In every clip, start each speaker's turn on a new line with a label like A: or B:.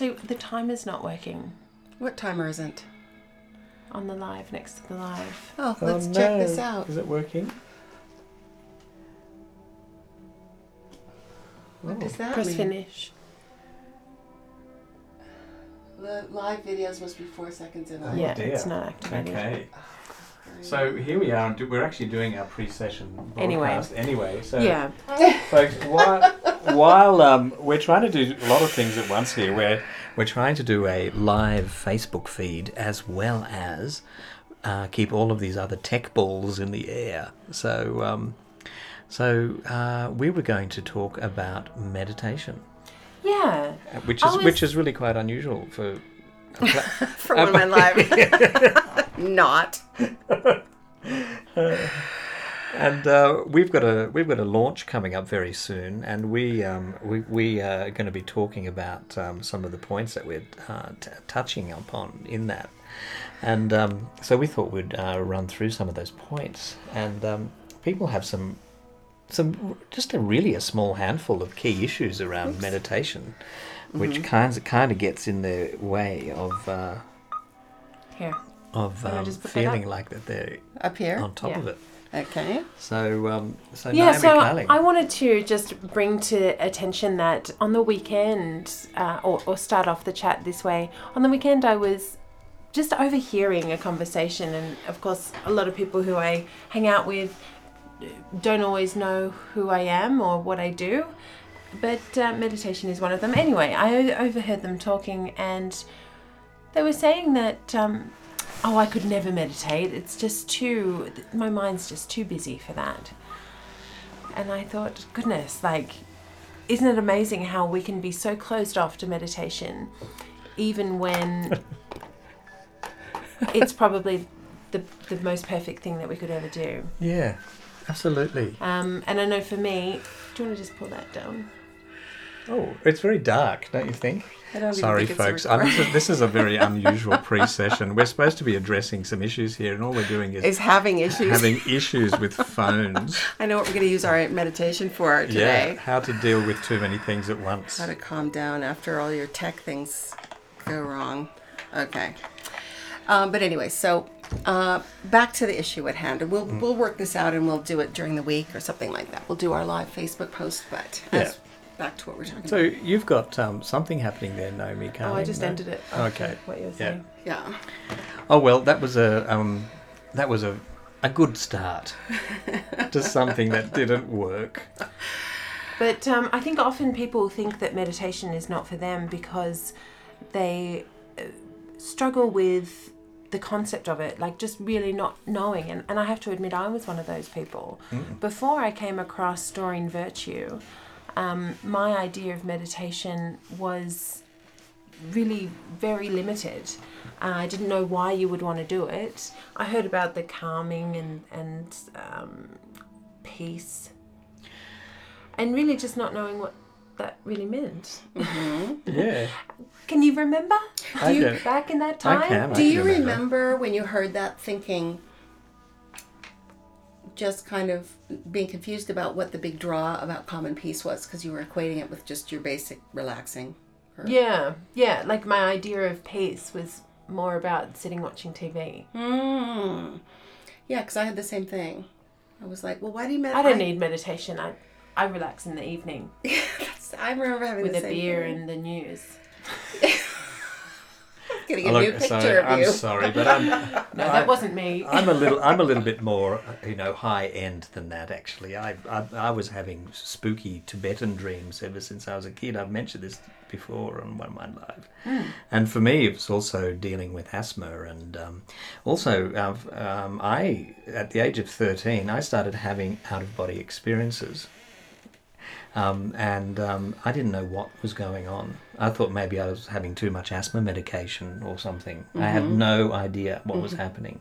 A: So the timer's not working
B: What timer isn't?
A: on the live next to the live.
B: Oh,
C: Oh,
B: let's check this
C: no.
B: out.
C: Is it working?
B: What does that
A: Press
B: mean?
A: finish.
B: The live videos must be four seconds in.
C: Oh,
A: yeah,
C: dear.
A: it's not activated.
C: Okay. So here we are. and do- We're actually doing our pre-session
A: Anyway.
C: broadcast anyway. so
A: Yeah.
C: folks, while, while um, we're trying to do a lot of things at once here, we're we're trying to do a live Facebook feed as well as uh, keep all of these other tech balls in the air. So um, so uh, we were going to talk about meditation,
A: Yeah.
C: which is
A: Oh, is-
C: which is really quite unusual for. a pla-
B: For one of my live. Not.
C: And uh, we've got a we've got a launch coming up very soon, and we um, we we are going to be talking about um, some of the points that we're uh, t- touching upon in that, and um, so we thought we'd uh, run through some of those points, and um, people have some some just a really a small handful of key issues around meditation,
A: Mm-hmm.
C: which kinds kind of gets in the way of uh,
A: Here.
C: of
A: Can I
C: um,
A: just put that up?
C: feeling like that they're
B: Up here.
C: on top
A: Yeah.
C: of it.
B: Okay.
C: So um, so
A: Yeah,
C: Naomi
A: so
C: Carling.
A: I wanted to just bring to attention that on the weekend, uh, or, or start off the chat this way, on the weekend I was just overhearing a conversation, and of course, a lot of people who I hang out with don't always know who I am or what I do, but uh, meditation is one of them. Anyway, I o- overheard them talking, and they were saying that. Um, Oh, I could never meditate. It's just too, th- my mind's just too busy for that. And I thought, goodness, like, isn't it amazing how we can be so closed off to meditation, even when it's probably the, the most perfect thing that we could ever do?
C: Yeah, absolutely.
A: Um, and I know for me, do you want to just pull that down?
C: Oh, it's very dark, don't you think?
B: I don't even
C: Sorry,
B: think it's a
C: folks. I mean,
B: recording.
C: this, is, this is a very unusual pre-session. We're supposed to be addressing some issues here, and all we're doing is,
B: Is having issues.
C: having issues with phones.
B: I know what we're going to use our meditation for today.
C: Yeah, how to deal with too many things at once.
B: How to calm down after all your tech things go wrong. Okay. Um, but anyway, so uh, back to the issue at hand. We'll
C: Mm.
B: we'll work this out and we'll do it during the week or something like that. We'll do our live Facebook post, but as- back to what we're talking
C: So
B: about.
C: you've got um, something happening there, Naomi. Carling,
A: Oh, I just
C: no?
A: ended it. after
C: Okay.
A: What you were
C: Yeah.
A: saying.
B: Yeah.
C: Oh well, that was a um, that was a a good start to something that didn't work.
A: But um, I think often people think that meditation is not for them because they uh, struggle with the concept of it, like just really not knowing. And, and I have to admit, I was one of those people.
C: Mm.
A: Before I came across Storing Virtue, um, my idea of meditation was really very limited. Uh, I didn't know why you would want to do it. I heard about the calming and, and um, peace and really just not knowing what that really meant.
C: Yeah,
A: Can you remember?
C: I
A: Do you
C: don't-
A: back in that time?
C: I can.
B: Do
C: I
B: you remember when you heard that thinking just kind of being confused about what the big draw about common peace was because you were equating it with just your basic relaxing? or-
A: Yeah, yeah. Like my idea of peace was more about sitting watching TV.
B: Mm. Yeah, because I had the same thing. I was like, well, why do you meditate?
A: I don't need meditation. I I relax in the evening
B: I remember having
A: e- with
B: the
A: a
B: same
A: beer
B: thing.
A: and the news.
B: getting a
C: Oh,
B: new
C: look,
B: picture
C: sorry,
B: of
C: I'm
B: you.
C: sorry, but I'm
A: No, that wasn't me.
C: I'm a little I'm a little bit more you know high end than that actually. I, I I was having spooky Tibetan dreams ever since I was a kid. I've mentioned this before on one of my live, and for me it was also dealing with asthma and um, also I've, um, I at the age of thirteen I started having out of body experiences. Um, and um, I didn't know what was going on. I thought maybe I was having too much asthma medication or something. I had no idea what was happening.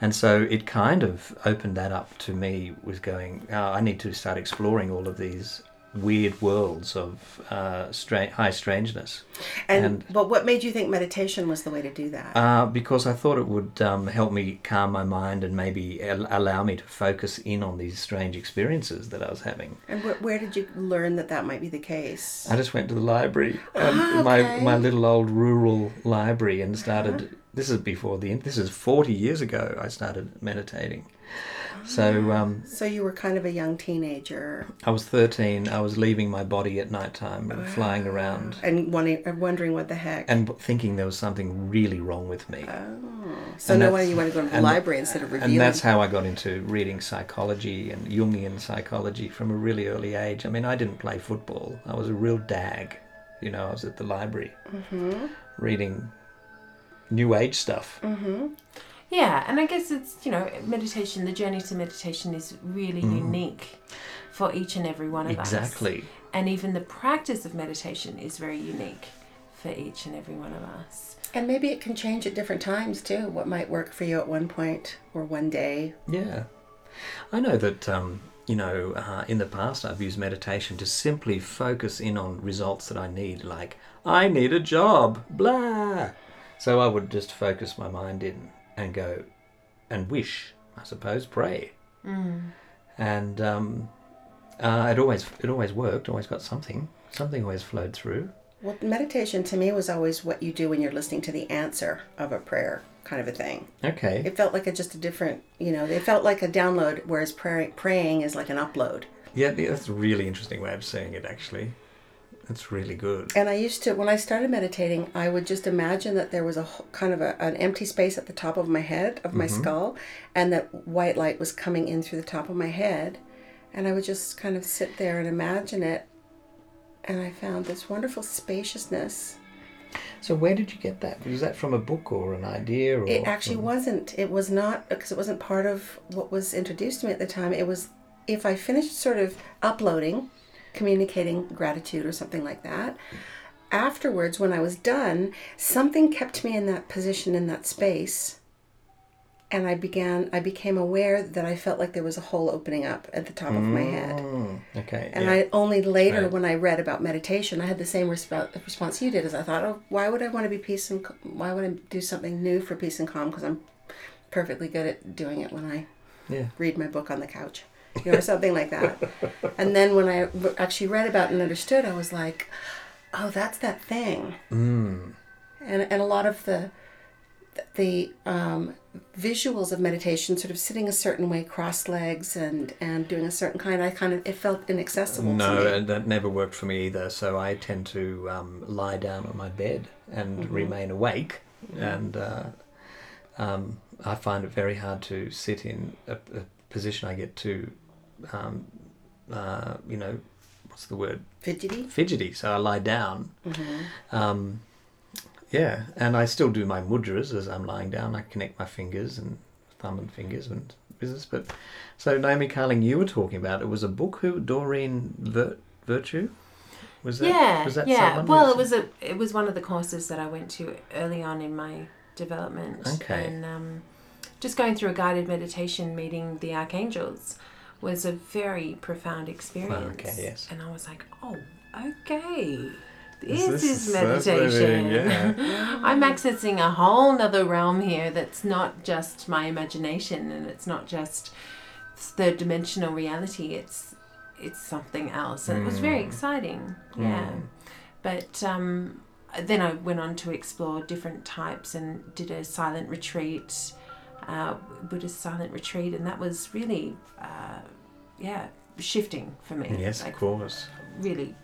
C: And so it "Ah, kind of opened that up to me was going, oh, I need to start exploring all of these weird worlds of uh, stra- high strangeness.
B: And,
C: And-
B: but what made you think meditation was the way to do that?
C: Uh, because I thought it would um, help me calm my mind and maybe al- allow me to focus in on these strange experiences that I was having.
B: and wh- where did you learn that that might be the case?
C: I just went to the library, um,
B: Ah,
C: my
B: okay. Uh-huh.
C: my little old rural library, and started. This is before the. in- This is forty years ago. I started meditating. So um,
B: So you were kind of a young teenager
C: I was thirteen. I was leaving my body at night time and flying around
B: and wanting, and wondering what the heck.
C: and thinking there was something really wrong with me.
B: so
C: Oh. and
B: no
C: that's-
B: wonder you want to go to the
C: and-
B: library Uh, instead of reviewing.
C: and that's how I got into reading psychology and Jungian psychology from a really early age. I mean, I didn't play football. I was a real dag. You know, I was at the library
B: Mm-hmm.
C: reading new age stuff.
B: Mm,
A: Yeah, and I guess it's, you know, meditation, the journey to meditation is really unique for each and every one of us.
C: Exactly.
A: And even the practice of meditation is very unique for each and every one of us.
B: and maybe it can change at different times too. What might work for you at one point or one day?
C: Yeah. I know that, um, you know, uh, in the past I've used meditation to simply focus in on results that I need, like, I need a job, blah. So I would just focus my mind in and go and wish, I suppose, pray. And um, uh, it always it always worked, always got something. Something always flowed through.
B: Well, meditation to me was always what you do when you're listening to the answer of a prayer, kind of a thing.
C: Okay.
B: It felt like a, just a different, you know, it felt like a download, whereas prayer, praying is like an upload.
C: Yeah, that's a really interesting way of saying it, actually. That's really good.
B: And I used to, when I started meditating, I would just imagine that there was a wh- kind of a, an empty space at the top of my head, of my skull, and that white light was coming in through the top of my head. And I would just kind of sit there and imagine it. And I found this wonderful spaciousness.
C: So where did you get that? Was that from a book or an idea? Or
B: It actually wasn't. It was not, because it wasn't part of what was introduced to me at the time. It was, if I finished sort of uploading, communicating gratitude or something like that, afterwards, when I was done, something kept me in that position, in that space. And I began, I became aware that I felt like there was a hole opening up at the top of my head.
C: Mm, okay.
B: And
C: yeah.
B: I only later,
C: Right.
B: when I read about meditation, I had the same resp- response you did. As I thought, oh, why would I want to be peace and c- why would I do something new for peace and calm? Because I'm perfectly good at doing it when I
C: yeah.
B: read my book on the couch, you know, or something like that. And then when I w- actually read about and understood, I was like, oh, that's that thing. Mm. And and a lot of the the um, visuals of meditation, sort of sitting a certain way, crossed legs, and and doing a certain kind, I kind of it felt inaccessible. to
C: No,
B: me.
C: and that never worked for me either. So I tend to um, lie down on my bed and
B: Mm-hmm.
C: remain awake, and uh, um, I find it very hard to sit in a, a position I get to, um, uh, you know, what's the word?
B: fidgety.
C: Fidgety. So I lie down.
B: Mm-hmm.
C: Um, yeah, and I still do my mudras as I'm lying down. I connect my fingers and thumb and fingers and business. But so Naomi Carling, you were talking about it was a book who Doreen Vir- Virtue was that?
A: yeah.
C: was that
A: yeah.
C: someone
A: well,
C: who's-
A: it was a it was one of the courses that I went to early on in my development.
C: Okay.
A: And um, just going through a guided meditation meeting the archangels was a very profound experience.
C: yes.
A: And I was like, oh, okay. This,
C: This- this
A: is,
C: is
A: meditation.
C: fascinating, yeah.
A: I'm accessing a whole nother realm here that's not just my imagination and it's not just third dimensional reality. It's it's something else, and it was very exciting.
C: Hmm.
A: Yeah,
C: Mm.
A: but um, then I went on to explore different types and did a silent retreat, uh, Buddhist silent retreat, and that was really, uh, yeah, shifting for me.
C: Yes, of
A: Like,
C: course.
A: really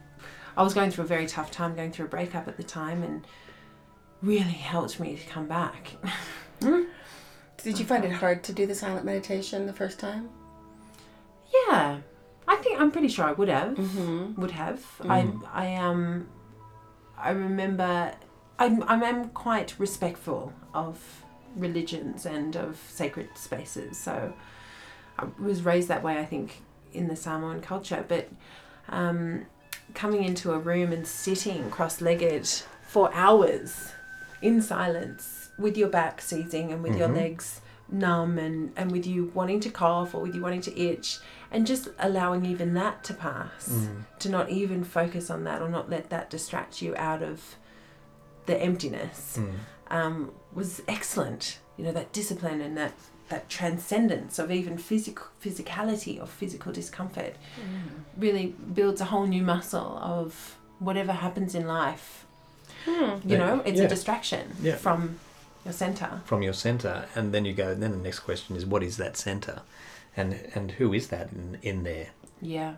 A: I was going through a very tough time going through a breakup at the time and really helped me to come back.
B: Did you find it hard to do the silent meditation the first time?
A: yeah. I think I'm pretty sure I would have would have. I I um I remember I'm I'm am quite respectful of religions and of sacred spaces. So I was raised that way I think in the Samoan culture, but um, coming into a room and sitting cross-legged for hours in silence with your back seizing and with your legs numb and, and with you wanting to cough or with you wanting to itch and just allowing even that to pass
C: Mm,
A: to not even focus on that or not let that distract you out of the emptiness
C: mm.
A: um, was excellent you know that discipline and that that transcendence of even physical physicality or physical discomfort really builds a whole new muscle of whatever happens in life you
B: Hmm.
C: Yeah.
A: know it's
C: Yeah.
A: a distraction
C: Yeah.
A: from your center
C: from your center and then you go then the next question is what is that center and and who is that in, in there
A: yeah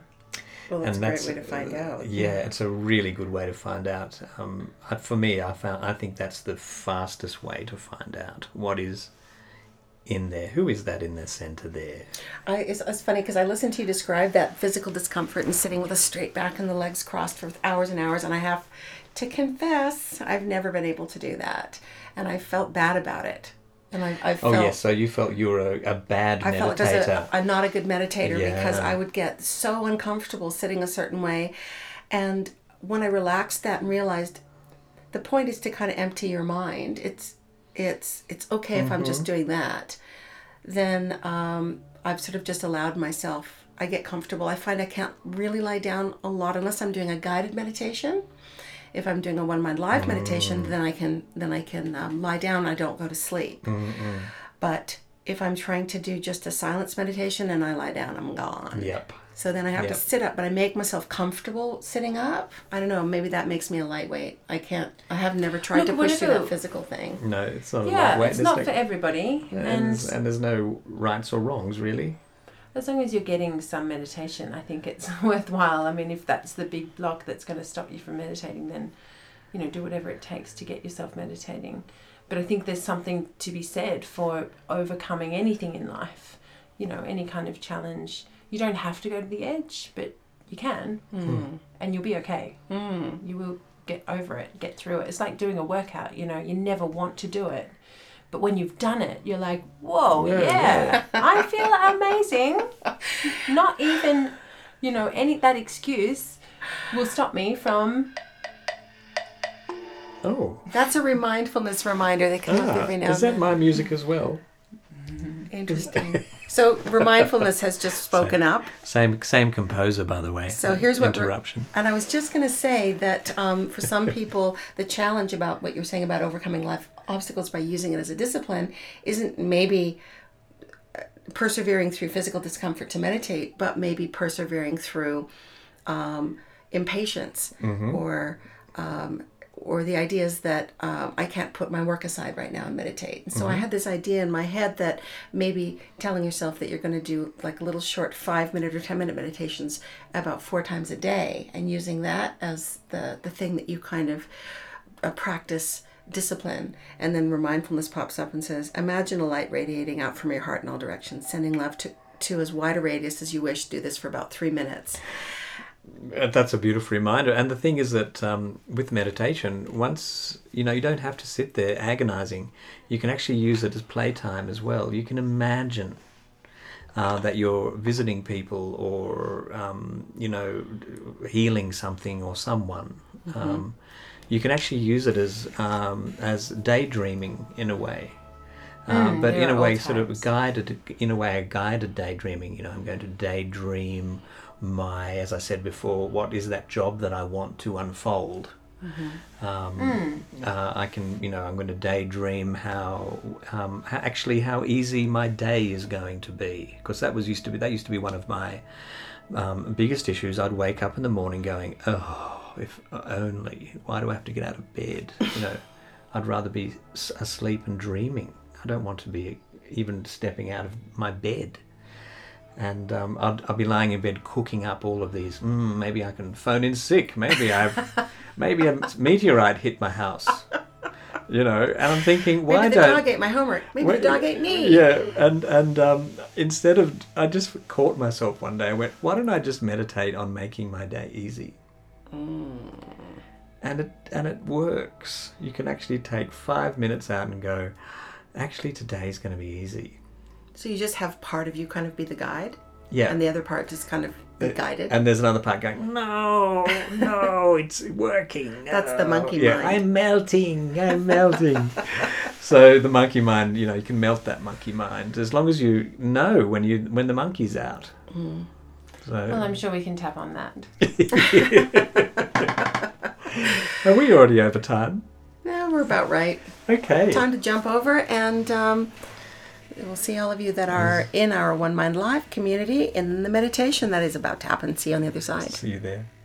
B: Well, that's
C: and uh,
B: a great way to find out.
C: yeah it's a really good way to find out um, I- for me i found i think that's the fastest way to find out what is in there who is that in the center there
B: I, it's, it's funny because I listened to you describe that physical discomfort and sitting with a straight back and the legs crossed for hours and hours, and I have to confess I've never been able to do that, and I felt bad about it, and I, I
C: oh
B: felt
C: yes so you felt you were a, a bad
B: I felt just
C: meditator
B: a, I'm not a good meditator because
C: Yeah.
B: I would get so uncomfortable sitting a certain way, and when I relaxed that and realized the point is to kind of empty your mind. It's it's it's okay if I'm
C: Mm-hmm.
B: just doing that. Then um, I've sort of just allowed myself. I get comfortable. I find I can't really lie down a lot unless I'm doing a guided meditation. If I'm doing a one mind live
C: Mm.
B: meditation, then I can then I can um, lie down. I don't go to sleep. But if I'm trying to do just a silence meditation and I lie down, I'm gone.
C: yep
B: So then I have to
C: Yep.
B: sit up, but I make myself comfortable sitting up. I don't know. Maybe that makes me a lightweight. I can't. I have never tried
A: Look,
B: to push through that
A: whatever-
B: physical thing.
C: no it's not a
A: yeah
C: right way
A: it's
C: There's
A: not
C: no-
A: for everybody
C: and,
A: and
C: and there's no rights or wrongs really
A: as long as you're getting some meditation i think it's worthwhile i mean if that's the big block that's going to stop you from meditating then you know do whatever it takes to get yourself meditating but i think there's something to be said for overcoming anything in life you know any kind of challenge you don't have to go to the edge but you can
C: Hmm.
B: Mm.
A: and you'll be okay
B: Mm.
A: you will get over it, get through it. It's like doing a workout, you know, you never want to do it. But when you've done it, you're like, whoa,
C: Yeah,
A: yeah, I feel amazing. Not even, you know, any that excuse will stop me from
C: oh
B: That's a remindfulness reminder that comes up
C: ah,
B: every now and
C: is that
B: then.
C: my music as well
B: Interesting. so remindfulness has just spoken up.
C: Same same composer, by the way.
B: So here's what we're-
C: interruption.
B: And I was just going to say that um, for some people, the challenge about what you're saying about overcoming life obstacles by using it as a discipline isn't maybe uh, persevering through physical discomfort to meditate, but maybe persevering through um, impatience or. Um, or the ideas that um, I can't put my work aside right now and meditate. And so I had this idea in my head that maybe telling yourself that you're going to do like little short five minute or 10 minute meditations about four times a day and using that as the, the thing that you kind of uh, practice discipline. And then where mindfulness pops up and says, Imagine a light radiating out from your heart in all directions, sending love to, to as wide a radius as you wish. Do this for about three minutes.
C: Uh, That's a beautiful reminder. And the thing is that um, with meditation, once you know, you don't have to sit there agonizing. You can actually use it as playtime as well. You can imagine uh, that you're visiting people or um, you know healing something or someone.
A: Mm-hmm.
C: Um, you can actually use it as um, as daydreaming in a way. Um, but
A: Mm, there
C: in a
A: are
C: way,
A: all
C: sort of
A: types.
C: guided, in a way, a guided daydreaming. You know, I'm going to daydream my, as I said before, what is that job that I want to unfold? Um, uh, I can, you know, I'm going to daydream how, um, how actually how easy my day is going to be because that was used to be that used to be one of my um, biggest issues. I'd wake up in the morning going, oh, if only. Why do I have to get out of bed? You know, I'd rather be s- asleep and dreaming. I don't want to be even stepping out of my bed. And um, I'd, I'd be lying in bed cooking up all of these. Mm, maybe I can phone in sick. Maybe I've, maybe a meteorite hit my house. You know, and I'm thinking, why
B: Maybe the
C: don't
B: dog ate my homework. Maybe
C: Wait,
B: the dog ate me.
C: yeah, and and um, instead of I just caught myself one day and went, why don't I just meditate on making my day easy?
B: Mm.
C: And it and it works. You can actually take five minutes out and go. Actually, today's going to be easy.
B: So you just have part of you kind of be the guide,
C: Yeah.
B: and the other part just kind of be guided.
C: And there's another part going, no, no, it's working.
B: That's the
C: no."
B: monkey
C: yeah,
B: mind.
C: I'm melting, I'm melting. So the monkey mind, you know, you can melt that monkey mind as long as you know when you when the monkey's out.
B: Mm.
C: So
A: Well, I'm sure we can tap on that.
C: are we already over time?
B: No, we're about right.
C: Okay.
B: Time to jump over, and um, we'll see all of you that
C: Mm.
B: are in our One Mind Live community in the meditation that is about to happen. See you on the other side.
C: See you there.